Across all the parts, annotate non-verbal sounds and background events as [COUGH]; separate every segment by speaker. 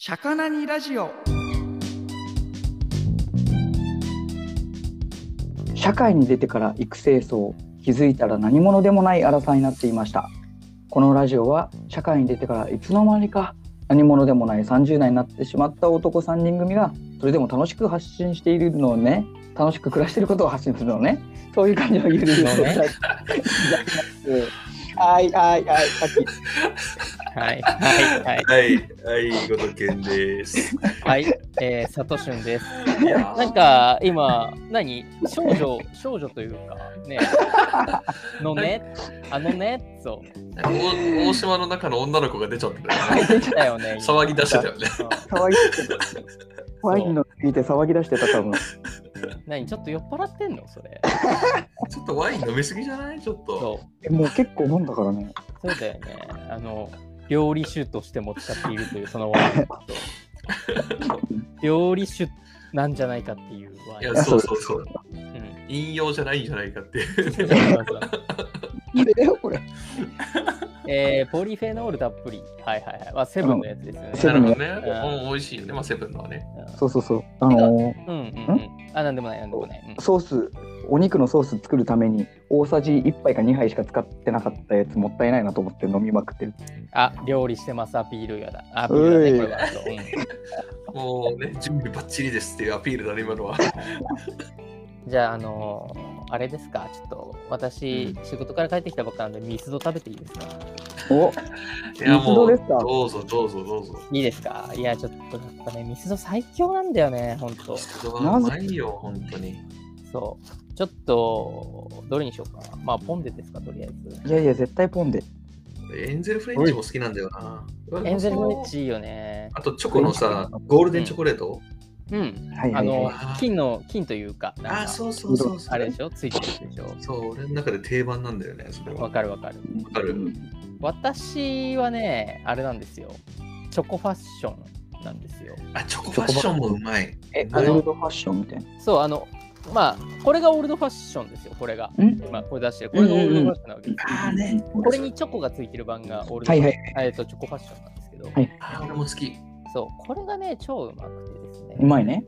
Speaker 1: シャカナにラジオ
Speaker 2: 社会に出てから育成層気づいたら何者でもない荒さになっていましたこのラジオは社会に出てからいつの間にか何者でもない30代になってしまった男3人組がそれでも楽しく発信しているのをね楽しく暮らしていることを発信するのねそういう感じのゆるいの
Speaker 3: そうね
Speaker 2: ね [LAUGHS] はいはいはいさっき
Speaker 3: はい、はい、はい、
Speaker 4: はい、はい、ごとけんです。
Speaker 3: はい、えー、サトシュンです。
Speaker 4: いや
Speaker 3: なんか、今、何少女、少女というか、ね、のね、あのね、そ
Speaker 4: 大島の中の女の子が出ちゃってたよね。
Speaker 3: う、だよね。
Speaker 4: [LAUGHS] 騒ぎ出してたよね。
Speaker 3: うん
Speaker 2: 騒ぎ出してたワインの聞いて騒ぎ出してた多分
Speaker 3: 何ちょっと酔っ払ってんのそれ。
Speaker 4: ちょっとワイン飲みすぎじゃないちょっと。
Speaker 3: そ
Speaker 2: えもう結構飲んだからね
Speaker 3: う、そうだよね。あの、料理酒としても使っているという、そのワインそう料理酒なんじゃないかっていうワ
Speaker 4: い
Speaker 3: イン。
Speaker 4: や、そうそうそう。
Speaker 3: うん
Speaker 4: 引用じゃないんじゃないかっていう。
Speaker 3: そうそうそう
Speaker 2: これだよこれ
Speaker 3: [LAUGHS] えー、ポリフェノールたっぷり。はいはいはい。まあ、セブンのやつですよね。
Speaker 2: セ
Speaker 4: な
Speaker 2: ブン
Speaker 4: るほど
Speaker 3: う
Speaker 4: ね。うん、美味しいよね。まあ、セブンのはね。
Speaker 2: そうそうそうあのー
Speaker 3: うんうんうん。あ、なんでもない、なんでもない。うん
Speaker 2: ソースお肉のソース作るために大さじ1杯か2杯しか使ってなかったやつもったいないなと思って飲みまくってる
Speaker 3: あ、料理してます、アピールやだ。アピールだね、こ
Speaker 2: うい
Speaker 3: れは。そう
Speaker 4: もうね、準備バッチリですっていうアピールだね、今のは。
Speaker 3: うんじゃあ、あのーあれですか、ちょっと私、仕事から帰ってきたばっかなんで、ミスド食べていいですか
Speaker 2: お
Speaker 4: いや、
Speaker 2: ミ
Speaker 4: もう、
Speaker 2: スドですか
Speaker 4: どうぞどうぞどうぞ。
Speaker 3: いいですかいや、ちょっとやっぱね、ミスド最強なんだよね、ほんと。
Speaker 4: 人はうまいよ、本当に。
Speaker 3: そう。ちょっと、どれにしようか。まあ、ポンデですか、とりあえず。
Speaker 2: いやいや絶対ポンで
Speaker 4: エンゼルフレンチも好きなんだよな。
Speaker 3: エンゼルフレッチいいよね。
Speaker 4: あと、チョコのさ、ゴールデンチョコレート。
Speaker 3: うん。
Speaker 2: はい
Speaker 3: あ
Speaker 2: はい、
Speaker 3: の
Speaker 2: はい、
Speaker 3: 金の、金というか、なん
Speaker 4: あ、
Speaker 3: か、
Speaker 4: そうそうそうそう。
Speaker 3: あれでしょついてるでしょ
Speaker 4: そう、俺の中で定番なんだよね、それは。
Speaker 3: わかるわかる。
Speaker 4: わかる
Speaker 3: 私はね、あれなんですよ。チョコファッションなんですよ。
Speaker 4: あ、チョコファッションもうまい。
Speaker 2: え
Speaker 4: あ
Speaker 2: ゴ
Speaker 4: の
Speaker 2: ールドファッションみたいな
Speaker 3: そう、あの、まあ、これがオールドファッションですよ、これが。
Speaker 2: ん
Speaker 3: まあ、これ出してる。これがオールドファッションなわけです。
Speaker 4: ああね。
Speaker 3: これにチョコがついてる版がオールド
Speaker 2: はいはい
Speaker 3: あえっと、チョコファッションなんですけど、
Speaker 2: い
Speaker 4: あー俺も好き。
Speaker 3: そう、これがね、超うまくてですね。
Speaker 2: うまいね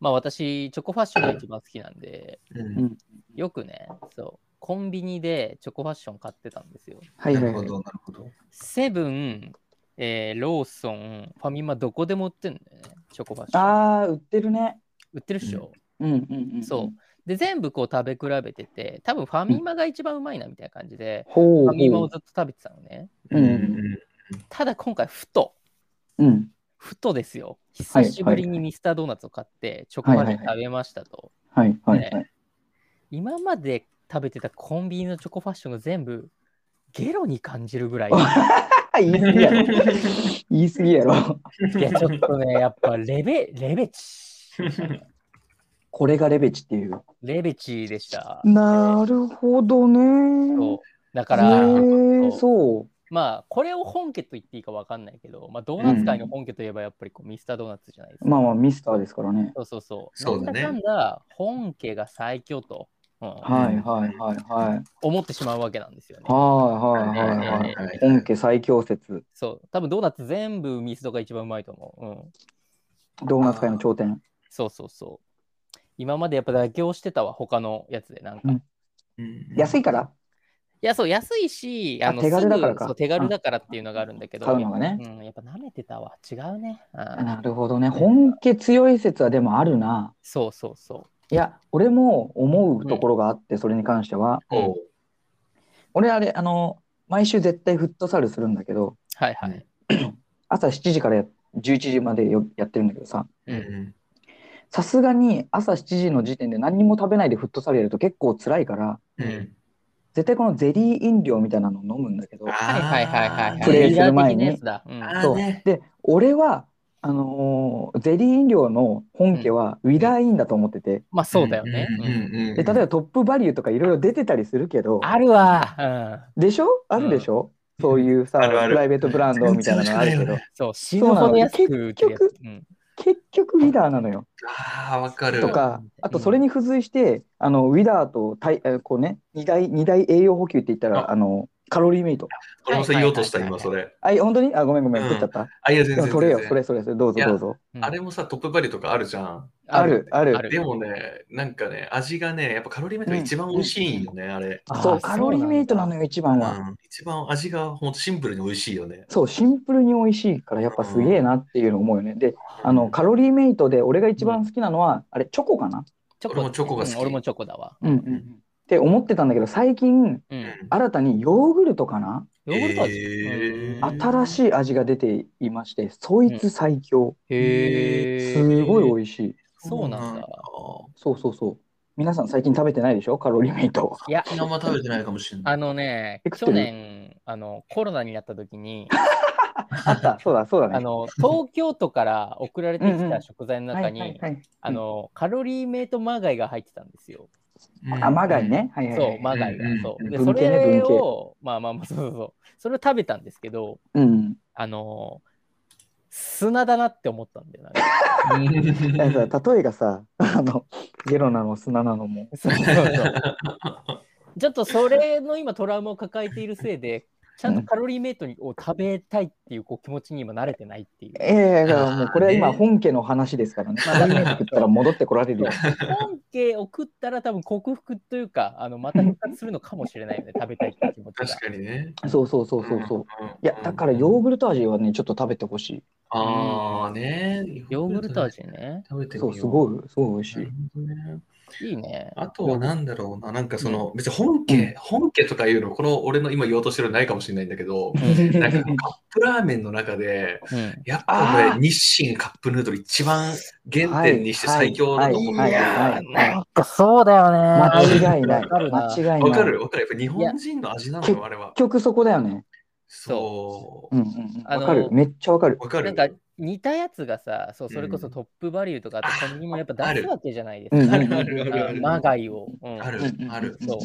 Speaker 3: まあ、私、チョコファッションが一番好きなんで、
Speaker 4: うん
Speaker 3: よくね、そう、コンビニでチョコファッション買ってたんですよ。
Speaker 2: はい
Speaker 4: な
Speaker 2: はい
Speaker 4: る
Speaker 2: は
Speaker 4: ほ
Speaker 2: い
Speaker 4: ど、なるほど。
Speaker 3: セブン、えーローソン、ファミマ、どこでも売ってるんだよね、チョコファッション。
Speaker 2: あー売ってるね
Speaker 3: 売ってるっしょ。
Speaker 2: うんうんうん
Speaker 3: そう。で、全部こう食べ比べてて、多分ファミマが一番うまいなみたいな感じで、
Speaker 2: ほう
Speaker 3: ファミマ
Speaker 2: ほ
Speaker 3: を
Speaker 2: う
Speaker 3: ずっと食べてたのね。
Speaker 2: うん
Speaker 3: ただ今回、ふと、
Speaker 2: うん
Speaker 3: ふとですよ。
Speaker 2: はい
Speaker 3: 久しぶりにミスタードーナツを買って、チョコファッション食べましたと。
Speaker 2: はいはいはい、
Speaker 3: ね今まで食べてたコンビニのチョコファッションが全部、ゲロに感じ
Speaker 2: [LAUGHS]
Speaker 3: るぐらい。い
Speaker 2: 言い過ぎやろ言い過ぎやろ
Speaker 3: や、ちょっとね、やっぱレベ、レベチ。
Speaker 2: これがレベチっていう
Speaker 3: レベチでした。
Speaker 2: なるほどね
Speaker 3: そう
Speaker 2: う
Speaker 3: だか、
Speaker 2: からそう
Speaker 3: まあ、これを本家と言っていいかわかんないけど、まあ、ドーナツ界の本家といえばやっぱりこうミスタードーナツじゃないですか。
Speaker 2: まあまあミスターですからね
Speaker 3: そうそうそう。
Speaker 4: そうだね
Speaker 3: なんだかんだ本家が最強と、うん
Speaker 2: はいはいはいはい
Speaker 3: 思ってしまうわけなんですよね。
Speaker 2: はいはいはいはい
Speaker 4: はい
Speaker 2: 本家最強説
Speaker 3: そう。多分ドーナツ全部ミスドが一番うまいと思う。うん。
Speaker 2: ドーナツ界の頂点
Speaker 3: そうそうそう。今までやっぱ妥協してたわ、他のやつで。なんか。
Speaker 2: うん
Speaker 3: い
Speaker 2: 安いから
Speaker 3: や、そう、安いし、
Speaker 2: あ手軽だからか
Speaker 3: すぐそう手軽だからっていうのがあるんだけど、
Speaker 2: 買うのがね
Speaker 3: うん、やっぱ舐めてたわ。違うね。うん
Speaker 2: なるほどね本家強い説はでもあるな
Speaker 3: そうそうそ
Speaker 2: いや俺も思うところがあってそれに関しては
Speaker 4: おう
Speaker 2: 俺あれあの毎週絶対フットサルするんだけど
Speaker 3: う。はいはい。
Speaker 2: 朝7時からや11時までよやってるんだけどさ
Speaker 4: うんうん
Speaker 2: さすがに朝7時の時点で何にも食べないでフットサルやると結構辛いから
Speaker 4: うん
Speaker 2: 絶対このゼリー飲料みたいなの飲むんだけど
Speaker 3: はいはいはいはいはい。
Speaker 2: プレイする前に
Speaker 3: リーダー的なやつだうん
Speaker 4: あー
Speaker 2: そう
Speaker 4: ね
Speaker 2: で俺はあのーゼリー飲料の本家はウィダーインだと思ってて、
Speaker 3: まあそうだよね。
Speaker 4: う
Speaker 3: う
Speaker 4: んうん
Speaker 3: ん
Speaker 4: うんうん
Speaker 2: で例えばトップバリューとかいろいろ出てたりするけど
Speaker 3: あるわ。
Speaker 2: でしょあるでしょ、
Speaker 4: うん
Speaker 2: そういうさ
Speaker 4: あるある
Speaker 2: プライベートブランドみたいなのあるけど
Speaker 3: うんそう、死ぬほど安く売ってるや
Speaker 2: そう
Speaker 3: つ。うん
Speaker 2: 結局ウィダーなのよ
Speaker 4: ああ、わかる。
Speaker 2: とかあとそれに付随してあのウィダーとたいえこうね二大二大栄養補給って言ったら
Speaker 4: あ
Speaker 2: あのカロリーメイト。
Speaker 4: 俺もそれ言おうとした、
Speaker 3: はいはい
Speaker 4: 今それ。
Speaker 2: あ、い本当にあ、ごめんごめん、
Speaker 4: うん
Speaker 2: 食っちゃった。
Speaker 4: あ、いや、全然。
Speaker 2: それよ、
Speaker 4: 全
Speaker 2: そ
Speaker 4: 然
Speaker 2: れそれ、それどうぞ
Speaker 4: いや
Speaker 2: どうぞ。
Speaker 4: あれもさ、トップバリュとかあるじゃん。
Speaker 2: ある、ある。
Speaker 3: ある
Speaker 4: でもね、なんかね、味がね、やっぱカロリーメイトが一番美味しいんよね、あれ。
Speaker 3: あ
Speaker 2: そう、
Speaker 3: ー
Speaker 2: カロリーメイトなのよ、一番は。
Speaker 4: うん一番味がほんとシンプルに美味しいよね。
Speaker 2: そう、シンプルに美味しいから、やっぱすげえなっていうの思うよね。で、あの、カロリーメイトで、俺が一番好きなのは、あれ、チョコかな
Speaker 3: チョコ
Speaker 4: 俺もチョコが好き
Speaker 3: うん俺もチョコだわ。
Speaker 2: うんうんうん。って思ってたんだけど、最近、
Speaker 3: うん。
Speaker 2: 新たにヨーグルトかな
Speaker 3: ヨーグルト味。
Speaker 4: へー
Speaker 2: 新しい味が出ていまして、そいつ最強。
Speaker 3: へえ。
Speaker 2: すごい
Speaker 3: い。
Speaker 2: 美味しい。
Speaker 3: そうなんだ。
Speaker 2: そうそうそう。皆さん最近食べてないでしょカロリーメイト。
Speaker 3: いや、
Speaker 4: あんま食べてないかもしれない。
Speaker 3: あのね
Speaker 2: え、食って
Speaker 3: 去
Speaker 2: る
Speaker 3: 年、あの、コロナになった時に、
Speaker 2: あった、そうだ、そうだね。
Speaker 3: あの、東京都から送られて
Speaker 2: う
Speaker 3: き
Speaker 2: んうん
Speaker 3: た食材の中に、
Speaker 2: はいはいはい、
Speaker 3: あの、カロリーメイトマーガイが入ってたんですよ。
Speaker 4: うん
Speaker 2: あ、マガイ。ね。はいはいはい。
Speaker 3: そう、マーガイが
Speaker 4: うんうん。
Speaker 3: そう。で、そ
Speaker 2: 文系ね
Speaker 3: れを、まあまあまあ、そうそうそう。それを食べたんですけど、
Speaker 2: うん。
Speaker 3: あの、砂だなって思ったんだよな。
Speaker 4: う
Speaker 2: だ
Speaker 4: ん
Speaker 2: からさ例えがさ、あの、ゲロなの、砂なのも。
Speaker 3: そうそうそう。ちょっとそれの今トラウマを抱えているせいで、ちゃんとカロリーメイトを食べたいっていうこう気持ちに今慣れてないっていう。
Speaker 2: ええだからもうこれは
Speaker 4: あー
Speaker 2: 今
Speaker 4: ね
Speaker 2: 本家の話ですからね。カロリーメイト食ったら戻ってこられるよ。
Speaker 3: 本家を食ったら多分克服というか、あのまた復活するのかもしれないよね、食べたいっていう気持ちが
Speaker 4: 確。かにね。
Speaker 2: そうそうそうそうそう。
Speaker 4: んんん
Speaker 2: いや、だからヨーグルト味はね、ちょっと食べてほし
Speaker 4: ああね。
Speaker 3: ヨーグルト味ね。
Speaker 4: 食べて
Speaker 2: い。
Speaker 4: み
Speaker 2: そう
Speaker 4: よ。
Speaker 2: う、すごい、すごい美味し
Speaker 4: ないる。ほどね
Speaker 3: いいね。
Speaker 4: あとはなんだろうな、なんかその、別に本家、本家とかいうの、この俺の今言おうとしてるのないかもしれないんだけど、なんかカップラーメンの中で、
Speaker 3: うん。
Speaker 4: やっぱ
Speaker 2: あ
Speaker 4: 俺、日清カップヌードル一番原点にして最強だと思うんだ
Speaker 2: はい
Speaker 4: よね
Speaker 2: はいはいはいはい
Speaker 3: んかそうだよね。
Speaker 2: 間違いない。
Speaker 3: わかるな
Speaker 2: 間違いない。
Speaker 4: わか
Speaker 2: 結
Speaker 4: るわかる。やっぱ日本人の味なの
Speaker 2: い
Speaker 4: よ、あれは。
Speaker 2: 局そこだよね。
Speaker 4: そ
Speaker 2: うんうんうん。
Speaker 3: あの
Speaker 2: わかる。めっちゃわかる
Speaker 4: う。。わか
Speaker 3: なん
Speaker 4: る。 [LAUGHS]
Speaker 3: か似たやつがさ、そうそれこ
Speaker 4: う
Speaker 3: そ
Speaker 4: ん
Speaker 3: トップバリューとかあとコンビニもやっぱ出すわけじゃないで
Speaker 2: う
Speaker 3: す
Speaker 2: ん
Speaker 3: か。
Speaker 2: うん
Speaker 3: あ
Speaker 2: うん。
Speaker 3: のマーガイを。うん
Speaker 4: ある
Speaker 2: うんうん
Speaker 4: ある
Speaker 2: うんう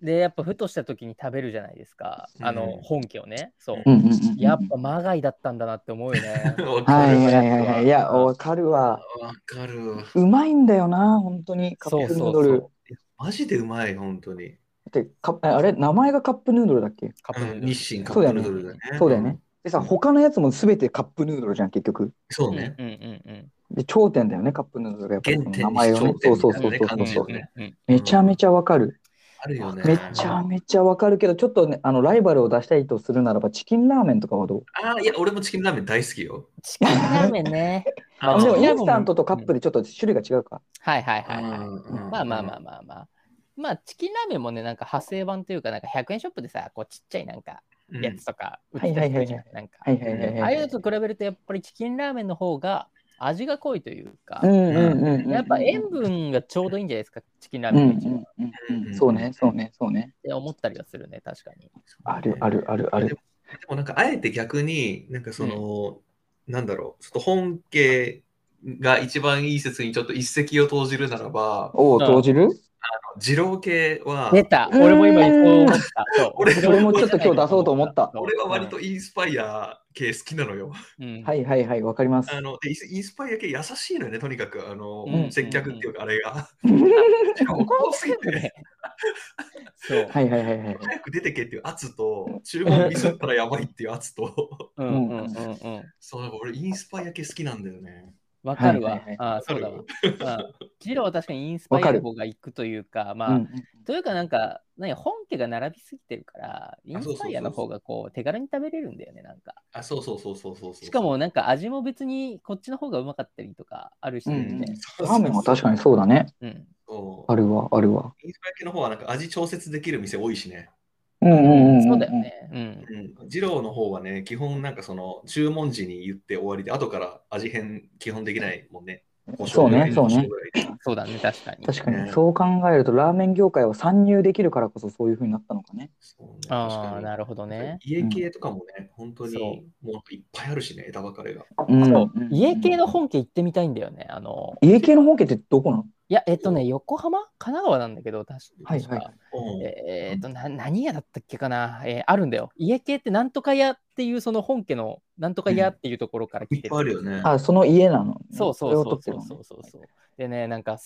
Speaker 3: で、やっぱふとした時に食べるじゃないですか。あの
Speaker 4: うん
Speaker 3: 本家をね。そう。
Speaker 2: んうんうんうん。
Speaker 3: やっぱマーガイだったんだなって思うよ
Speaker 4: [LAUGHS]
Speaker 3: ね。
Speaker 4: わか
Speaker 2: はい
Speaker 4: る。
Speaker 2: はいはいはい。いや、わかるわ。
Speaker 4: わかる。
Speaker 2: うまいんだよな、本当に。カ
Speaker 3: そ
Speaker 2: ッ
Speaker 3: う
Speaker 2: プヌ
Speaker 3: そ
Speaker 2: ー
Speaker 3: う
Speaker 2: ド
Speaker 3: そ
Speaker 2: ル。
Speaker 3: う。
Speaker 4: マジでうまい、本当に。
Speaker 2: でカあれ、名前がカップヌードルだっけ
Speaker 3: カップ
Speaker 4: う
Speaker 3: ヌード
Speaker 4: ん
Speaker 3: ル
Speaker 4: 日清カップヌードルだね。
Speaker 2: そうだよね。。でさ、他のやつも全てカップヌードルじゃん、結局。
Speaker 4: そう
Speaker 3: うんうん
Speaker 4: ね。
Speaker 3: うん
Speaker 2: で、頂点だよね、カップヌードルが。やっぱり
Speaker 4: 原
Speaker 2: その
Speaker 4: 点
Speaker 2: 名前をね
Speaker 4: に。
Speaker 2: そう
Speaker 4: 頂
Speaker 2: そう
Speaker 4: 点
Speaker 2: そう
Speaker 4: み
Speaker 2: そ
Speaker 4: た
Speaker 2: うそ
Speaker 4: いなね
Speaker 2: うそう。
Speaker 3: うんうんうん。
Speaker 2: めちゃめちゃわかる。
Speaker 4: あるよね。
Speaker 2: めちゃめちゃわかるけど、ちょっとね、あの、ライバルを出したいとするならば、チキンラーメンとかはどう
Speaker 4: あーいや、俺もチキンラーメン大好きよ。
Speaker 3: チキンラーメンね。
Speaker 2: あ
Speaker 3: あ
Speaker 2: でも、
Speaker 3: そう
Speaker 2: インスタントとカップでちょっと種類が違うか。
Speaker 3: はいはいは
Speaker 4: う
Speaker 3: い
Speaker 4: ん
Speaker 3: はい。
Speaker 4: うん
Speaker 3: まあまあまあまあまあ。まあ、チキンラーメンもね、なんか派生版というか、なんか100円ショップでさ、こうちっちゃいなんか
Speaker 4: うん
Speaker 3: やつとか売
Speaker 2: は
Speaker 3: って
Speaker 2: い
Speaker 3: た
Speaker 2: は
Speaker 3: り
Speaker 2: い
Speaker 3: す
Speaker 2: はいはい
Speaker 3: るじゃんなんか、
Speaker 2: はいはいはい
Speaker 3: ああ
Speaker 2: はいい。
Speaker 3: うのと比べると、やっぱりチキンラーメンの方が味が濃いというか、
Speaker 2: うんうんうんうん。
Speaker 3: やっぱ塩分がちょうどいいんじゃないですか、チキンラー
Speaker 2: うんうん
Speaker 3: メンが一番っ
Speaker 2: うんうん。そうね、そうね、そうね。
Speaker 3: て思ったりはするね、確かに。
Speaker 2: あるあるあるある。
Speaker 4: でもなんかあえて逆になんかその、なんだろうちょっと本家が一番いい説にちょっと一石を投じるならば
Speaker 2: おお、
Speaker 3: うん
Speaker 2: 投じる
Speaker 4: 二郎系は
Speaker 3: 出た
Speaker 2: うん
Speaker 3: 俺も今そう思った。そう
Speaker 4: 俺
Speaker 2: 俺もちょっと今日出そうと思った
Speaker 4: 俺は割とインスパイア系好きなのよ。
Speaker 3: うん、
Speaker 2: はいはいはい、わかります。
Speaker 4: あのでインスインスパイア系優しいのよねとにかくあの、
Speaker 3: うん
Speaker 4: 接客っていうかあ
Speaker 3: [LAUGHS]
Speaker 4: れが。
Speaker 3: ここ
Speaker 4: 多
Speaker 3: は
Speaker 4: すぎて
Speaker 3: そう。
Speaker 2: はいはいはいはい。
Speaker 4: 早く出てけっていう
Speaker 3: [LAUGHS]
Speaker 4: 圧と注文ミスったらやばいっていう圧と [LAUGHS]
Speaker 3: うんうんうんうん。
Speaker 4: そうなんか俺インスパイア系好きなんだよね。
Speaker 3: わかるわ。
Speaker 2: はいはいはい
Speaker 3: ああ、そうだわ。うんジローは確かにインスパイ
Speaker 2: わか
Speaker 3: ア
Speaker 2: る
Speaker 3: 方が行くというか、
Speaker 2: う
Speaker 3: まあ、
Speaker 2: ん
Speaker 3: というかなんか、何本家が並びすぎてるから、インスパイアの方がこう手軽に食べれるんだよね、なんか。
Speaker 4: あそうそうそうそうそうそう。
Speaker 3: しかもなんか味も別にこっちの方がうまかったりとかあるし、
Speaker 2: うん
Speaker 3: ね
Speaker 4: そ
Speaker 2: ラ
Speaker 4: うそうそう
Speaker 2: ーメンは確かにそうだね。
Speaker 3: うん。
Speaker 4: そう
Speaker 2: あるわ、あるわ。
Speaker 4: インスパイア系の方はなんか味調節できる店多いしね。
Speaker 2: うんうんうん。
Speaker 3: そうだよ。ね。うん。
Speaker 4: うん。二郎の方はね、基本なんかその注文時に言って終わりで、後から味変基本できないもんね。お醤
Speaker 2: そう
Speaker 4: 油
Speaker 2: ね、そう
Speaker 4: お
Speaker 2: ね
Speaker 4: 醤。油ぐらい
Speaker 3: そうだね、確かに。
Speaker 2: 確か
Speaker 4: ね
Speaker 2: に、そう考えると、ラーメン業界は参入できるからこそそういうふうになったのかね。
Speaker 4: そうね
Speaker 3: ああ、
Speaker 4: 確か
Speaker 3: なるほど
Speaker 4: に
Speaker 3: ね。
Speaker 4: 家系とかもね、本当に
Speaker 3: そ
Speaker 4: もういっぱいあるしね、枝分かれが。
Speaker 2: うん
Speaker 3: そう家系の
Speaker 2: 本
Speaker 3: 本家行ってみたいんだよね。あの、
Speaker 2: 家系の本家ってどこなの
Speaker 3: いや、えっとね、横浜神奈川なんだけど、確か。
Speaker 2: はいはい
Speaker 4: うん
Speaker 3: えーっとな、何屋だったっけかな、えーあるんだよ。家系ってなんとか屋っていう、その本家のなんとか屋っていうところから
Speaker 4: い
Speaker 3: 来
Speaker 4: ってぱいあるよね。
Speaker 2: あ、その家なの。
Speaker 3: そうそうそう
Speaker 2: れを
Speaker 3: そ
Speaker 2: 取
Speaker 3: う
Speaker 2: って
Speaker 3: そうそうでね、なんか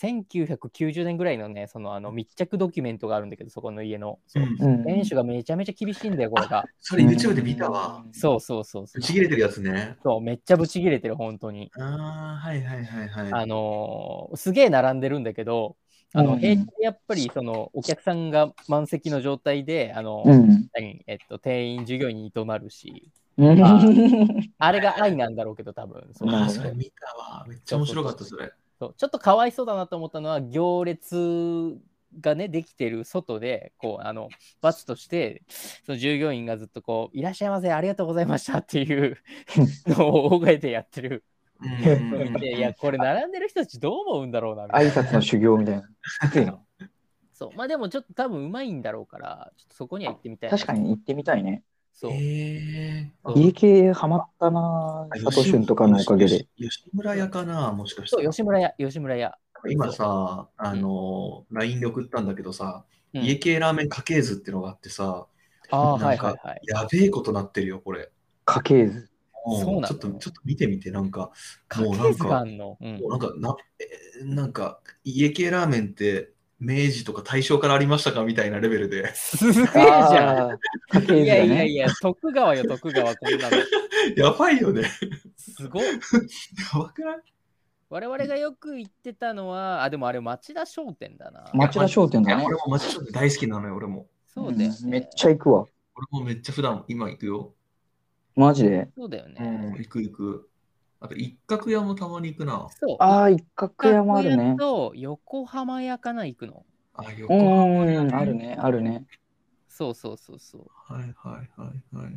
Speaker 3: 1990年ぐらいのね、そのあの密着ドキュメントがあるんだけど、そこの家の。そう
Speaker 4: うん
Speaker 2: うん
Speaker 3: 店主がめちゃめちゃ厳しいんだよ、これが。
Speaker 4: それ YouTube で見たわ。
Speaker 3: そうそうそうそ
Speaker 4: 打
Speaker 3: う。
Speaker 4: ち切れてるやつね。
Speaker 3: そう、めっちゃブチ切れてる、本当に。
Speaker 4: ああ、はいはいはいは
Speaker 3: あ
Speaker 4: い。
Speaker 3: のーすげえ並んでるんだけど、あ
Speaker 2: う
Speaker 3: の
Speaker 2: ん
Speaker 3: 平日でやっぱりそのお客さんが満席の状態で、あの
Speaker 2: うん。
Speaker 3: 何えっと、店員、従業員に怒鳴るし、
Speaker 2: うん
Speaker 3: ああれが愛なんだろうけど、多分そう
Speaker 2: な
Speaker 4: あ
Speaker 2: るほ
Speaker 4: ー
Speaker 2: ど
Speaker 4: それ見たわ。めっちゃ面白かった、それ。
Speaker 3: そうちょっとかわいそうだなと思ったのは、行列がね、できてる外で、こう、あの、罰として、その従業員がずっとこう、いらっしゃいませ、ありがとうございましたっていうのを大声でやってる。
Speaker 4: うん
Speaker 3: の
Speaker 4: うん
Speaker 3: を
Speaker 4: うん
Speaker 3: 見ていや、これ並ん [LAUGHS] でる人たちどう思うんだろうな、みたい
Speaker 2: [LAUGHS] 挨
Speaker 3: な。
Speaker 2: 拶の修行みたいな。きついな。
Speaker 3: そう。まあでも、ちょっと多分うまいんだろうから、ちょっとそこには行ってみたい。
Speaker 2: 確かに行ってみたいね。
Speaker 3: そう。
Speaker 4: へー
Speaker 2: 家系ハマったな
Speaker 4: あ
Speaker 2: 佐藤俊とかのおかげで。。
Speaker 4: 吉吉村屋かな、もしかし
Speaker 3: そう、
Speaker 4: て。
Speaker 3: 吉村屋、吉村屋。
Speaker 4: 今さ、あの、LINE で送ったんだけどさ、
Speaker 3: うん
Speaker 4: 家系ラーメン家系図ってのがあってさ、
Speaker 3: ああー、
Speaker 4: な
Speaker 3: は
Speaker 4: ん
Speaker 3: い
Speaker 4: か
Speaker 3: はいはい。
Speaker 4: やべえことなってるよ、これ。
Speaker 2: 家系図。
Speaker 4: うん
Speaker 3: そうなの
Speaker 4: ちょっと、ちょっと見てみて、なんか、
Speaker 3: 家
Speaker 4: もうな
Speaker 3: 系
Speaker 4: ん
Speaker 3: 図があ
Speaker 4: か、
Speaker 3: んの。うん
Speaker 4: もうなんか、なえーなんか家系ラーメンって明治とか大正からありましたかみたいなレベルで、 [LAUGHS]
Speaker 3: すげえじゃん。
Speaker 2: あー家系
Speaker 3: い
Speaker 2: 図だ
Speaker 3: やいや
Speaker 2: ね
Speaker 3: い。や、徳川よ、徳川、こんなの。
Speaker 4: やばいよね。
Speaker 3: すごい。
Speaker 4: やばくない
Speaker 3: 我々がよく行ってたのは、あ、でもあれ、町田商店だな。
Speaker 2: 町田商店だ
Speaker 4: い
Speaker 2: ね
Speaker 4: や。俺も町田商店大好きなのよ、俺も。
Speaker 3: そうだよ、ね
Speaker 2: うんめっちゃ行くわ。
Speaker 4: 俺もめっちゃ普段、今行くよ。
Speaker 2: マジで。
Speaker 3: そうだよ
Speaker 4: う
Speaker 3: ね。
Speaker 4: ん、行く行く。あと、一角屋もたまに行くな。
Speaker 3: そう。
Speaker 2: ああ、一角屋もある
Speaker 3: 岡山
Speaker 2: ね。
Speaker 3: と横浜屋かな、行くの。
Speaker 4: あ、
Speaker 2: う
Speaker 4: 横
Speaker 2: ん
Speaker 4: 浜。
Speaker 2: うんうん、あるね、あるね。
Speaker 3: そうそうそうそう。
Speaker 4: はいはいはいはい。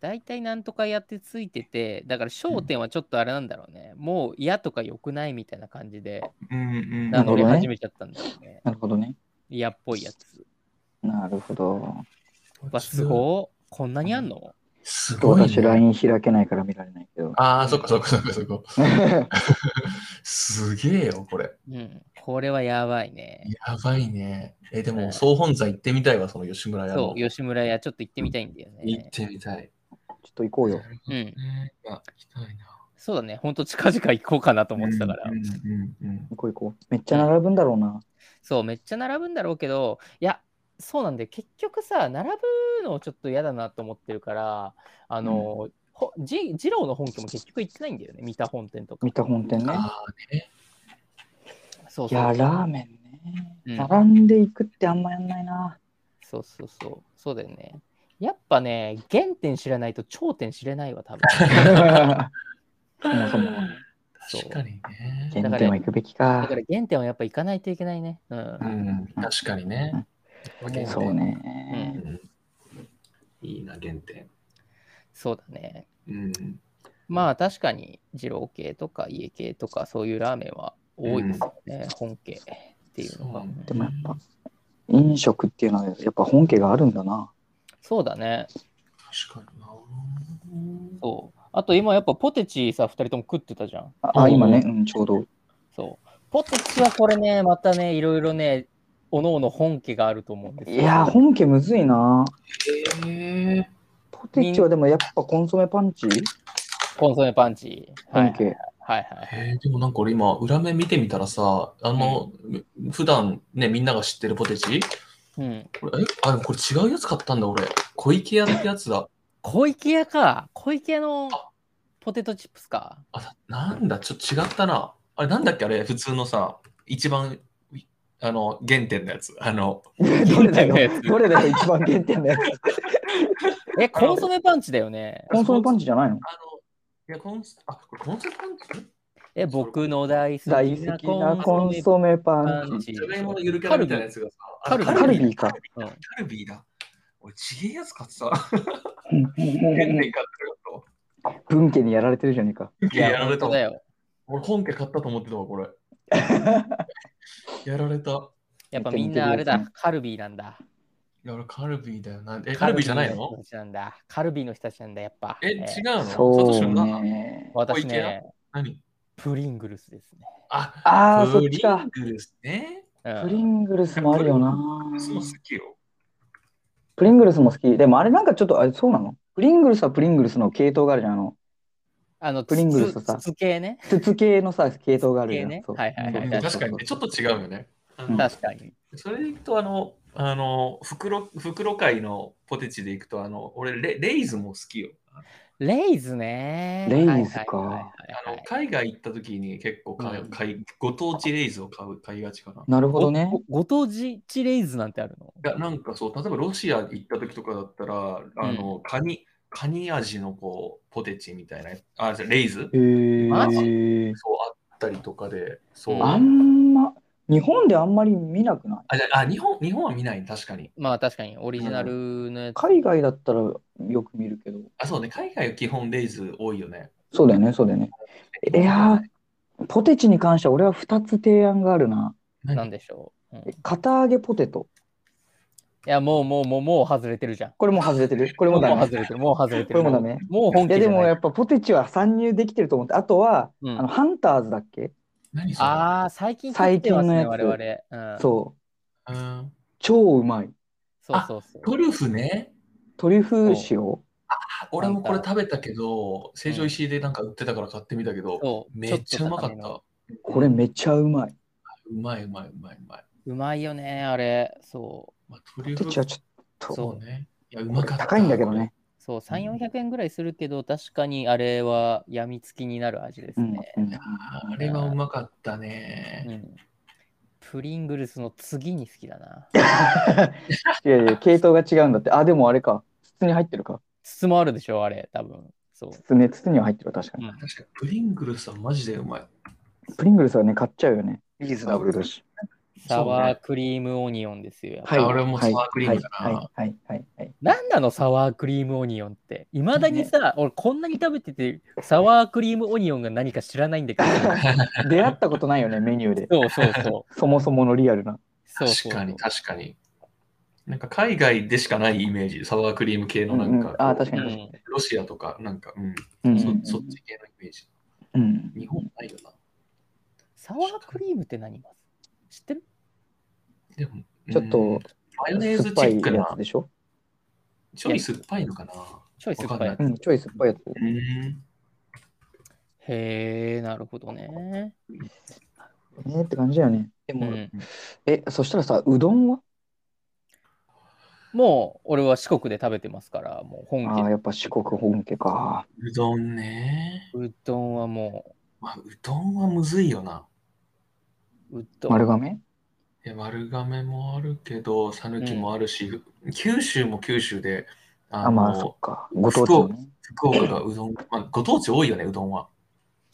Speaker 3: 大体なんとかやってついてて、だから商店はちょっとあれなんだろうね。もう嫌とか良くないみたいな感じで、
Speaker 4: うんうん。
Speaker 3: 名乗り
Speaker 2: なるほどね
Speaker 3: 始めちゃったんだよね。
Speaker 2: なるほどね。
Speaker 3: 嫌っぽいやつ。
Speaker 2: なるほど。
Speaker 3: わ、すごい。こんなにあんの
Speaker 4: す
Speaker 2: ちょっ
Speaker 4: ご
Speaker 2: と
Speaker 4: い、
Speaker 2: 私、
Speaker 4: ね。
Speaker 2: LINE 開けないから見られないけ
Speaker 4: [LAUGHS]
Speaker 2: ど。
Speaker 4: ああ、そっかそっかそっかそっか。すげえよ、これ。
Speaker 3: うん。これはやばいね。
Speaker 4: やばいね。え、で
Speaker 3: うん
Speaker 4: も、総本山行ってみたいわ、その吉村屋
Speaker 3: そ
Speaker 4: の。
Speaker 3: う、吉村屋、ちょっと行ってみたいんだよ
Speaker 4: 行っ
Speaker 3: ね。
Speaker 4: てみたい。
Speaker 2: ちょっと行こうよ
Speaker 4: な。るほどねいや行きたいな。
Speaker 3: そうだね、ほんと近々行こうかなと思ってたから。
Speaker 4: うんうんうんうん
Speaker 2: 行こう行こう。めっちゃ並ぶんだろうな。
Speaker 3: そう、めっちゃ並ぶんだろうけど、いや、そうなんで、結局さ、並ぶのちょっと嫌だなと思ってるから、あの、ほじ二郎の本家も結局行ってないんだよね、三田本店とか。
Speaker 2: 見た本店ね。
Speaker 4: ああね。
Speaker 3: そう
Speaker 2: い
Speaker 3: そう
Speaker 2: や、ラーメンね。
Speaker 3: うん
Speaker 2: 並んでいくってあんまやんないな。
Speaker 3: そうそうそう、そうだよね。やっぱね、原点知らないと頂点知れないわ、多
Speaker 2: [LAUGHS]
Speaker 3: 分。
Speaker 2: そもそもはね。
Speaker 3: そう
Speaker 4: 確かにね。
Speaker 2: 原点は行くべきか
Speaker 3: だか。ら原点はやっぱ行かないといけないね。うん
Speaker 4: う。ん、確かにね。原点
Speaker 2: そうね。
Speaker 3: うん
Speaker 4: うんいいな、原点。
Speaker 3: そうだね。
Speaker 4: うん。
Speaker 3: まあ確かに二郎系とか家系とかそういうラーメンは多いですよね、本家っていうのが
Speaker 4: そうね
Speaker 2: でもやっぱ、飲食っていうのはやっぱ本家があるんだな。
Speaker 3: そうだね
Speaker 4: 確かにな。
Speaker 3: そうあと今やっぱポテチさ2人とも食ってたじゃん
Speaker 2: あ、あ今ね、うん、ちょうど。
Speaker 3: そうポテチはこれねまたねいろいろねおのおの本家があると思うんです
Speaker 2: いやー、本家むずいな。
Speaker 4: へえ。
Speaker 2: ポテチはでもやっぱコンソメパンチ
Speaker 3: コンソメパンチはい
Speaker 2: 本家。
Speaker 3: はいはい
Speaker 4: えーでもなんか俺今裏面見てみたらさあの、普段ねみんなが知ってるポテチ
Speaker 3: うん
Speaker 4: これえあこれ違うやつ買ったんだ俺小池屋ってやつだ
Speaker 3: 小池屋か小池屋のポテトチップスか
Speaker 4: あだなんだちょっと違ったなあれなんだっけあれ普通のさ一番いあの原点のやつあの
Speaker 2: [LAUGHS] どれだよ、どれだよ、一番原点のやつ。
Speaker 3: えコンソメパンチだよね
Speaker 2: コンソメパンチじゃないの
Speaker 4: あのいやコンスあこれコンセプト
Speaker 3: え僕の大好き
Speaker 2: 大
Speaker 3: な
Speaker 2: 好きな
Speaker 3: コ
Speaker 2: コ
Speaker 3: ン
Speaker 2: ン
Speaker 3: ソ
Speaker 2: ソメパ
Speaker 3: メパ
Speaker 2: ン
Speaker 3: ンチ
Speaker 4: じゃがいものゆるキャラみたいなやつがさあ
Speaker 3: カルビ
Speaker 2: チ。カルビーか。
Speaker 3: うん
Speaker 4: カルビーだ俺ちげえやつ買ってた原点買っ
Speaker 2: 文
Speaker 4: てよ
Speaker 2: 家にやられてるじゃねえか。
Speaker 4: と
Speaker 3: いや、
Speaker 4: やられ
Speaker 3: 本
Speaker 4: た
Speaker 3: 当だよ。
Speaker 4: 俺本家買ったと思ってたわこれやられた
Speaker 3: やっぱみんなあれ
Speaker 2: 見て
Speaker 3: だ
Speaker 2: る、
Speaker 3: カルビーなんだ。
Speaker 4: いや、俺カルビーだよな。え、カルビーじゃない
Speaker 3: カルビー
Speaker 4: の
Speaker 3: 人たちなんだ。カルビーの人たちなんだ、やっぱ。
Speaker 4: え、違う
Speaker 3: ー
Speaker 4: のサト
Speaker 2: そ
Speaker 4: シ
Speaker 2: う
Speaker 4: のな
Speaker 2: ね。
Speaker 3: 私
Speaker 4: 小池屋
Speaker 3: ね、
Speaker 4: 何
Speaker 3: プリングルスですね。
Speaker 4: あ、
Speaker 2: ああ、そ
Speaker 4: プ
Speaker 2: っ
Speaker 4: リ
Speaker 2: ち
Speaker 4: ン
Speaker 2: か。
Speaker 4: グですね。
Speaker 3: うん
Speaker 2: プリングルスもあるよな。
Speaker 4: その好きよ。
Speaker 2: プリングルスも好き。でもあれなんかちょっと、あれそうなのプリングルスはプリングルスの系統があるじゃん。あの、
Speaker 3: あの、
Speaker 2: プリングルスさ
Speaker 3: 筒系ね。
Speaker 2: 筒系のさ系統がある
Speaker 3: 筒系
Speaker 2: やん、
Speaker 3: ね。
Speaker 2: そう
Speaker 3: はいはいは
Speaker 2: そ
Speaker 3: い。
Speaker 2: う
Speaker 3: 確
Speaker 4: 確かにね、ちょっと違うよね。あの
Speaker 3: かに。
Speaker 4: それでいくと、あの、あの、袋、袋界のポテチでいくと、あの、俺レ、レイズも好きよ。
Speaker 3: レイズね。
Speaker 2: レイズか
Speaker 3: はいはいはいはい
Speaker 4: あ
Speaker 3: は
Speaker 4: の、
Speaker 3: い
Speaker 4: 海外行った時に結構買う、
Speaker 3: うん
Speaker 4: 買い、ご当地レイズを買う、買いがちかな。
Speaker 2: なるほどね
Speaker 3: ご。ごご当地地レイズなんてあるの
Speaker 4: いや、なんかそう、例えばロシア行った時とかだったら、あの、カニ、カニ味のこう、ポテチみたいなやつ、あ、じゃあレイズ
Speaker 2: え
Speaker 3: マ
Speaker 2: ー、
Speaker 4: そう、あったりとかで、そう。
Speaker 2: あんま日本であんまり見なくない
Speaker 4: あじゃああ日本、日本は見ない、確かに。
Speaker 3: まあ確かにオリジナルのやつ。
Speaker 2: 海外だったらよく見るけど
Speaker 4: あ、そうね、海外は基本レイズ多いよね。
Speaker 2: そうだよねそうだよねいやーポテチに関しては俺は2つ提案があるな
Speaker 4: 何
Speaker 3: なんでしょう、うんい
Speaker 2: 片揚げポテト
Speaker 3: や、もうもうもうもう外れてるじゃん。
Speaker 2: これも外れて
Speaker 3: [LAUGHS]
Speaker 2: るこれも
Speaker 3: も
Speaker 2: ダ
Speaker 3: う
Speaker 2: メ
Speaker 3: 外れてる。もう外れて
Speaker 2: こ
Speaker 3: る。
Speaker 2: れもダメ
Speaker 3: もう本
Speaker 2: いや
Speaker 3: 気じ
Speaker 2: で
Speaker 3: ゃ
Speaker 2: も
Speaker 3: な
Speaker 2: や
Speaker 3: い。
Speaker 2: っぱポテチは参入できてると思ってあとは、
Speaker 3: うん
Speaker 2: あのハンターズだっけ
Speaker 4: 何それ
Speaker 3: ああ、最近食ってますね、
Speaker 2: 最近の
Speaker 3: 我々。うん、
Speaker 2: そう
Speaker 4: うん
Speaker 2: 超うまい
Speaker 3: そうそうそう。
Speaker 4: トリュフね。
Speaker 2: トリュフ塩
Speaker 4: あ俺もこれ食べたけど、成城石井でなんか売ってたから買ってみたけど、
Speaker 3: そう
Speaker 4: めっちゃうまかっ
Speaker 3: ちょっと高め
Speaker 4: た。
Speaker 3: の
Speaker 2: これめちゃうまいう
Speaker 4: まいうまいうまいうまい。
Speaker 3: うまいよね、あれ。そう。
Speaker 4: まあ、トリュ
Speaker 2: ポ
Speaker 4: フ
Speaker 2: テチはちょっ
Speaker 3: そ
Speaker 2: と
Speaker 3: う
Speaker 4: そうね。いや、うまかった。
Speaker 2: 高いんだけどね
Speaker 3: そう、3、400円ぐらいするけど、確かにあれは病みつきになる味です
Speaker 2: うん
Speaker 3: ね。
Speaker 2: うん
Speaker 4: あれ。あれはうまかったね。
Speaker 3: うんプリングルスの次に好きだな。
Speaker 2: いやいや、系統が違うんだって。あ、でもあれか。筒に入ってるか。
Speaker 3: 筒もあるでしょ、あれ、多分。そう。
Speaker 2: 筒ね、筒には入ってるわ確かに。
Speaker 4: 確かに、プリングルスはマジでうまい。
Speaker 2: プリングルスはね、買っちゃうよね。リーズ
Speaker 4: ナブルだ
Speaker 2: し。
Speaker 3: サワークリームオニオンですよ。やっぱ
Speaker 2: はい。
Speaker 4: 俺もサワークリームだな
Speaker 2: はい、はい、はいはいはい。
Speaker 3: なんなのサワークリームオニオンって。いまだにさ、俺こんなに食べてて、サワークリームオニオンが何か知らないんだけ
Speaker 2: 出会ったことないよね、メニューで。
Speaker 3: ど。 [LAUGHS] そうそうそう。
Speaker 2: そもそものリアルな。
Speaker 3: そうそう
Speaker 4: 確かに、確かに。なんか海外でしかないイメージ、サワークリーム系のなんか、
Speaker 2: うんうんあ確かに
Speaker 3: うん
Speaker 4: ロシアとか、なんか、うん、
Speaker 2: うん
Speaker 4: そ
Speaker 2: うん
Speaker 4: そっち系のイメージ。
Speaker 2: うん。
Speaker 4: 日本ないよな。
Speaker 3: サワークリームって何知ってる
Speaker 4: でも、
Speaker 2: ちょっと
Speaker 4: うんマヨネー
Speaker 2: 酸
Speaker 4: ズ
Speaker 2: っ
Speaker 4: チ
Speaker 2: ぱい
Speaker 4: ック
Speaker 2: や
Speaker 4: な
Speaker 2: つ、でしょ
Speaker 4: ちょい酸っぱいのかな。
Speaker 3: ちょい酸っぱいやつ
Speaker 2: う。ん、ちょい酸っぱいやつ。
Speaker 4: うん。
Speaker 3: へえ、なるほどね。
Speaker 2: ねって感じだよね。で
Speaker 3: う
Speaker 2: も、
Speaker 3: ん、
Speaker 2: え、そしたらさ、うどんは
Speaker 3: もう、俺は四国で食べてますから、もう本
Speaker 2: ああ、
Speaker 3: 家。
Speaker 2: やっぱ四国本家か。
Speaker 4: うどんね。
Speaker 3: うどんはも
Speaker 4: まあ、うどんはむずいよな。
Speaker 3: う、うどん。
Speaker 2: 丸亀
Speaker 4: いや丸亀もあるけど、讃岐もあるし、九州も九州で、あ
Speaker 2: あ、まあ、そっか。ご当地のね。
Speaker 4: 福岡がうどん、まあ、ご当地多いよね、うどんは。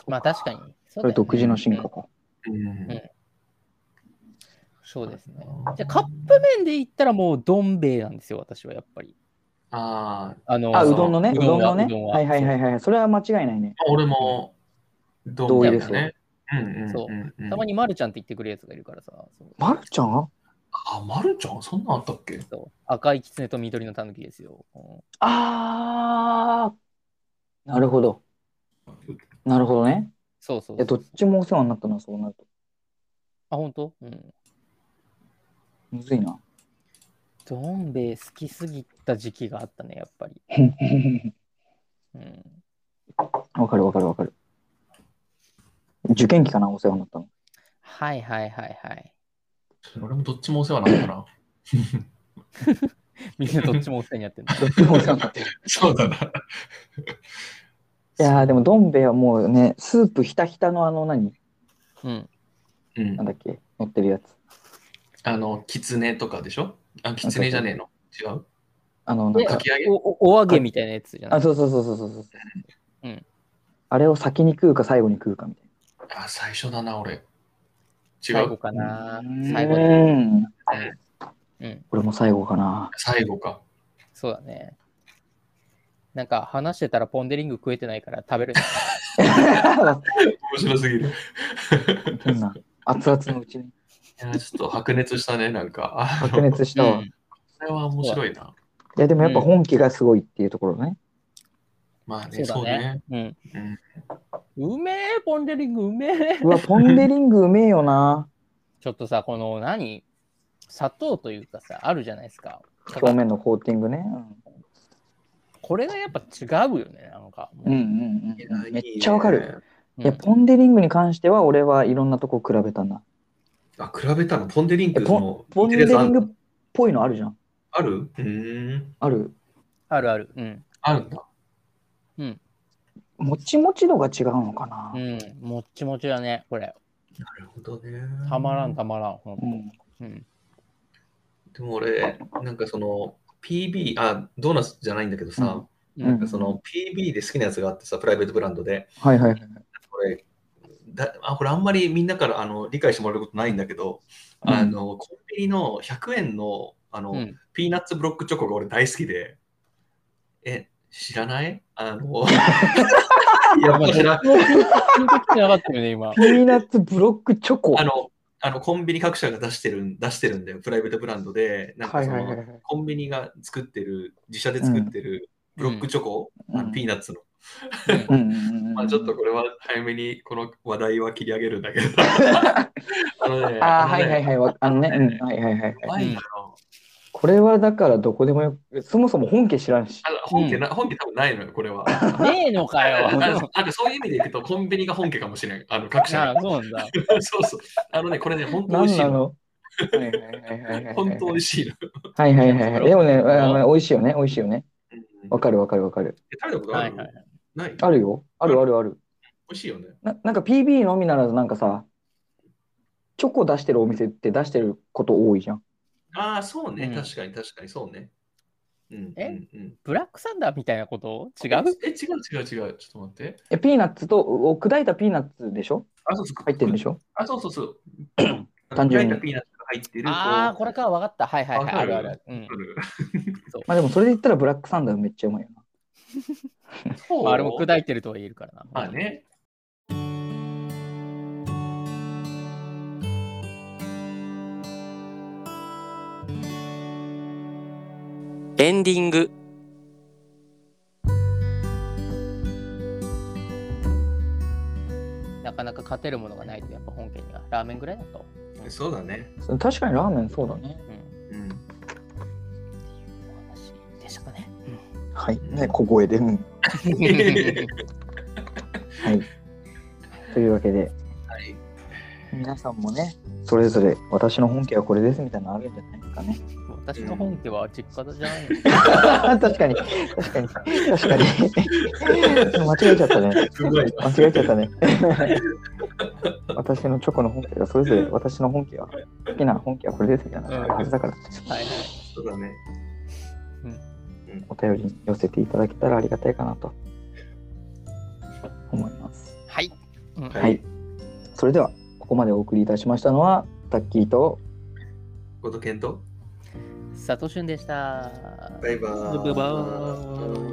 Speaker 3: まあ確かに。そ
Speaker 2: それ独
Speaker 3: うだよね
Speaker 2: 自の進化か。
Speaker 4: うん
Speaker 3: んそうですね。じゃあカップ麺で言ったらもうどん兵衛なんですよ、私はやっぱり。
Speaker 4: ああ、
Speaker 3: あの
Speaker 2: あ、
Speaker 4: そう
Speaker 2: うどんのね、うどん
Speaker 3: は
Speaker 2: のね
Speaker 3: うどん。は
Speaker 2: はいはいはいはい。それは間違いないね。
Speaker 4: 俺もうどん
Speaker 2: 同
Speaker 4: だ
Speaker 2: 意
Speaker 4: よ
Speaker 2: で
Speaker 4: ね
Speaker 2: すよ。
Speaker 4: うんうん
Speaker 3: そ
Speaker 4: うんうん
Speaker 3: たまにまるちゃんって言ってくるやつがいるからさ。そう
Speaker 2: まるちゃん
Speaker 4: あ、まるちゃん、そんなんあったっけ
Speaker 3: そう赤いキツネと緑のタヌキですよ。うん
Speaker 2: あー。なるほど。なるほどね。
Speaker 3: そうそう
Speaker 2: いや、ど
Speaker 3: そ
Speaker 2: っ。
Speaker 3: う
Speaker 2: ちもお世話になったな、そうなると。
Speaker 3: あ、本当？うん。
Speaker 2: むずいな。
Speaker 3: どん兵衛好きすぎた時期があったね、やっぱり。うん、
Speaker 2: わかるわかるわかる。受験期かな、お世話になったの。
Speaker 3: はいはいはいはい。
Speaker 4: 俺もどっちもお世話になったな。
Speaker 3: みんなどっちもお世話になってる。
Speaker 2: [LAUGHS] どっちもお世話になってる。
Speaker 4: [LAUGHS] そうだな。い
Speaker 2: いやー、でも、どん兵衛はもうね、スープひたひたのあの何、
Speaker 3: うん。
Speaker 4: うん
Speaker 2: なんだっけ、乗ってるやつ。
Speaker 4: あの、キツネとかでしょあ、キツネじゃねえの。違う
Speaker 2: あの、なん
Speaker 3: で
Speaker 2: か
Speaker 4: かき揚げ
Speaker 3: おおお揚げみたいなやつじゃな
Speaker 2: あ、
Speaker 3: い
Speaker 2: そうそうそうそうそうそう。
Speaker 3: うん
Speaker 2: あれを先に食うか最後に食うかみたい
Speaker 4: あ、最初だな、俺。違
Speaker 3: 最後
Speaker 4: う
Speaker 3: かな
Speaker 2: な。。
Speaker 3: 最後
Speaker 2: う
Speaker 3: だ
Speaker 2: ーん。
Speaker 3: うん。
Speaker 2: 俺も最後かな。 [LAUGHS]
Speaker 4: 最後か。
Speaker 3: そうだね。なんか話してたらポンデリング食えてないから食べる。
Speaker 4: 面白すぎる。
Speaker 2: そんな熱々のうちに
Speaker 4: いや、ちょっと白熱したね、なんか。あ
Speaker 2: 白
Speaker 4: の
Speaker 2: 熱したわ。
Speaker 3: うん
Speaker 2: い
Speaker 4: これは面白いな。
Speaker 2: やでもやっぱ本気がすごいっていうところね。
Speaker 4: まあね、
Speaker 3: そ
Speaker 4: そうう
Speaker 3: だ
Speaker 4: ね
Speaker 3: ね。。うん。うめえ、ポンデリングうめえ。
Speaker 2: うわ、ポンデリングうめえよ
Speaker 4: [LAUGHS]
Speaker 2: な。
Speaker 3: ちょっとさ、この何砂糖というかさ、あるじゃないですか。
Speaker 2: 表面のコーティングね。
Speaker 3: これがやっぱ違うよね、なんか。
Speaker 2: うんうんうんうん
Speaker 4: いや
Speaker 2: めっちゃわか。
Speaker 4: いい
Speaker 2: る。
Speaker 4: ね
Speaker 2: いや、ポンデリングに関しては、俺はいろんなとこ比べたな。
Speaker 4: あ、比べたのポンデリンク
Speaker 2: えポン
Speaker 4: の
Speaker 2: ポンデリ
Speaker 4: あ
Speaker 2: ングっ
Speaker 4: る
Speaker 2: ぽいのあるじゃん。
Speaker 4: あるうーん。
Speaker 2: ある。
Speaker 3: あるある。うん。
Speaker 4: あるんだ。
Speaker 2: もちもち度が違うのかな
Speaker 3: う。ん。もっちもちだね、これ。
Speaker 4: なるほどね。
Speaker 3: たまらん、たまらん。ほんと
Speaker 2: うん
Speaker 3: うん。
Speaker 4: でも俺、なんかその PB、あ、ドーナツじゃないんだけどさ、
Speaker 3: うん
Speaker 4: なんかその PB で好きなやつがあってさ、プライベートブランドで、
Speaker 2: はいはいはい。
Speaker 4: これ、だあこれあんまりみんなからあの理解してもらえることないんだけど、
Speaker 2: うん
Speaker 4: あのコンビニの100円のあの、
Speaker 3: うん
Speaker 4: ピーナッツブロックチョコが俺大好きで、え、知らない
Speaker 2: [LAUGHS]
Speaker 4: あの、いやっぱ
Speaker 3: [LAUGHS]
Speaker 4: 知らん
Speaker 3: ピンときてなかったよね、今。
Speaker 2: ピーナッツブロックチョコ。
Speaker 4: あの、あのコンビニ各社が出してるん出してるんだよ、プライベートブランドで、なん
Speaker 2: は
Speaker 4: か
Speaker 2: い
Speaker 4: その、
Speaker 2: はいはいはい。
Speaker 4: コンビニが作ってる、自社で作ってるブロックチョコ、
Speaker 2: うん
Speaker 4: あのピーナッツの。
Speaker 2: う
Speaker 3: うん
Speaker 2: んうんうん
Speaker 4: まあ、ちょっとこれは早めにこの話題は切り上げるんだけ
Speaker 2: [LAUGHS]
Speaker 4: ど。あのね
Speaker 2: ああ、はいはい
Speaker 4: い。
Speaker 2: はい。わあのね、うん、はいはいはいはい。
Speaker 4: 怖いんだろう
Speaker 2: これはだからどこでもよく、そもそも本家知らんし。
Speaker 4: あの本家な、本家多分ないのよ、これは。
Speaker 3: ねえのかよ。
Speaker 4: あのあのそういう意味でいくと、コンビニが本家かもしれん、あの各社
Speaker 3: あ
Speaker 4: が。
Speaker 3: そうなんだ。
Speaker 4: そうそう。あのね、これね、本当美
Speaker 2: 何
Speaker 4: 味しい
Speaker 2: な
Speaker 4: の。
Speaker 2: のはいはいはいはいはい
Speaker 4: 本当美味しいの。
Speaker 2: はいはいはいはい。でもね、あの美味しいよね、美味しいよね。わかるわかるわかる。
Speaker 4: え食べたことあ
Speaker 3: はい
Speaker 4: る、
Speaker 3: はい。
Speaker 4: ない
Speaker 2: あるよ。あるあるある。
Speaker 4: 美味しいよね。
Speaker 2: ななんか PB のみならず、なんかさ、チョコ出してるお店って出してること多いじゃん。
Speaker 4: ああ、そうね、
Speaker 3: うん
Speaker 4: 確かに確かに、そうね。うん、
Speaker 3: え
Speaker 4: うんうん、
Speaker 3: ブラックサンダーみたいなこと違う
Speaker 4: え、違う違う違う。ちょっと待って。
Speaker 2: え、ピーナッツと、お砕いたピーナッツでしょ
Speaker 4: あ、そうそう。
Speaker 2: 入ってるでしょ
Speaker 4: あ、そうそうそう。
Speaker 2: 単純に
Speaker 4: 砕いたピーナッツが入ってる。
Speaker 3: ああ、これか、わかった。はいはいは
Speaker 4: わ
Speaker 3: い。
Speaker 4: か
Speaker 3: あ
Speaker 4: る
Speaker 3: るある。うん
Speaker 4: こ。う。
Speaker 2: まあでもそれで言ったらブラックサンダーめっちゃうまいよな。
Speaker 4: そう
Speaker 3: まああれも砕いてるとは言えるからな。
Speaker 4: まあね。
Speaker 3: エンディング。なかなか勝てるものがないと、やっぱ本家にはラーメンぐらいだと。
Speaker 4: そうだね。
Speaker 2: そう確かにラーメンそうだね。
Speaker 3: うん。
Speaker 4: うん。
Speaker 3: お話でしたかね。
Speaker 2: はい。ね、小声で。うん。はい。というわけで、
Speaker 4: はい。
Speaker 2: 皆さんもね、それぞれ私の本家はこれですみたいなのあるんじゃないですかね。
Speaker 3: 私の本家は実家じゃない
Speaker 2: [LAUGHS]
Speaker 3: の。
Speaker 2: 確かに、確かに、確かに。間違えちゃったね。
Speaker 4: うまいな
Speaker 2: 間違えちゃったね。私のチョコの本家がそれぞれ私の本家は好きな本家はこれですみたいなのがあるはずだから、
Speaker 3: はいはい。
Speaker 4: そうだね。
Speaker 2: お便りに寄せていただけたらありがたいかなと思います。
Speaker 3: はい。うん
Speaker 4: は
Speaker 2: はい。それでは、ここまでお送りいたしましたのは、タッキーと、
Speaker 4: ごとけんと。
Speaker 3: 佐藤俊でした。
Speaker 4: バイバーイ。
Speaker 3: バイバーイ
Speaker 4: uh,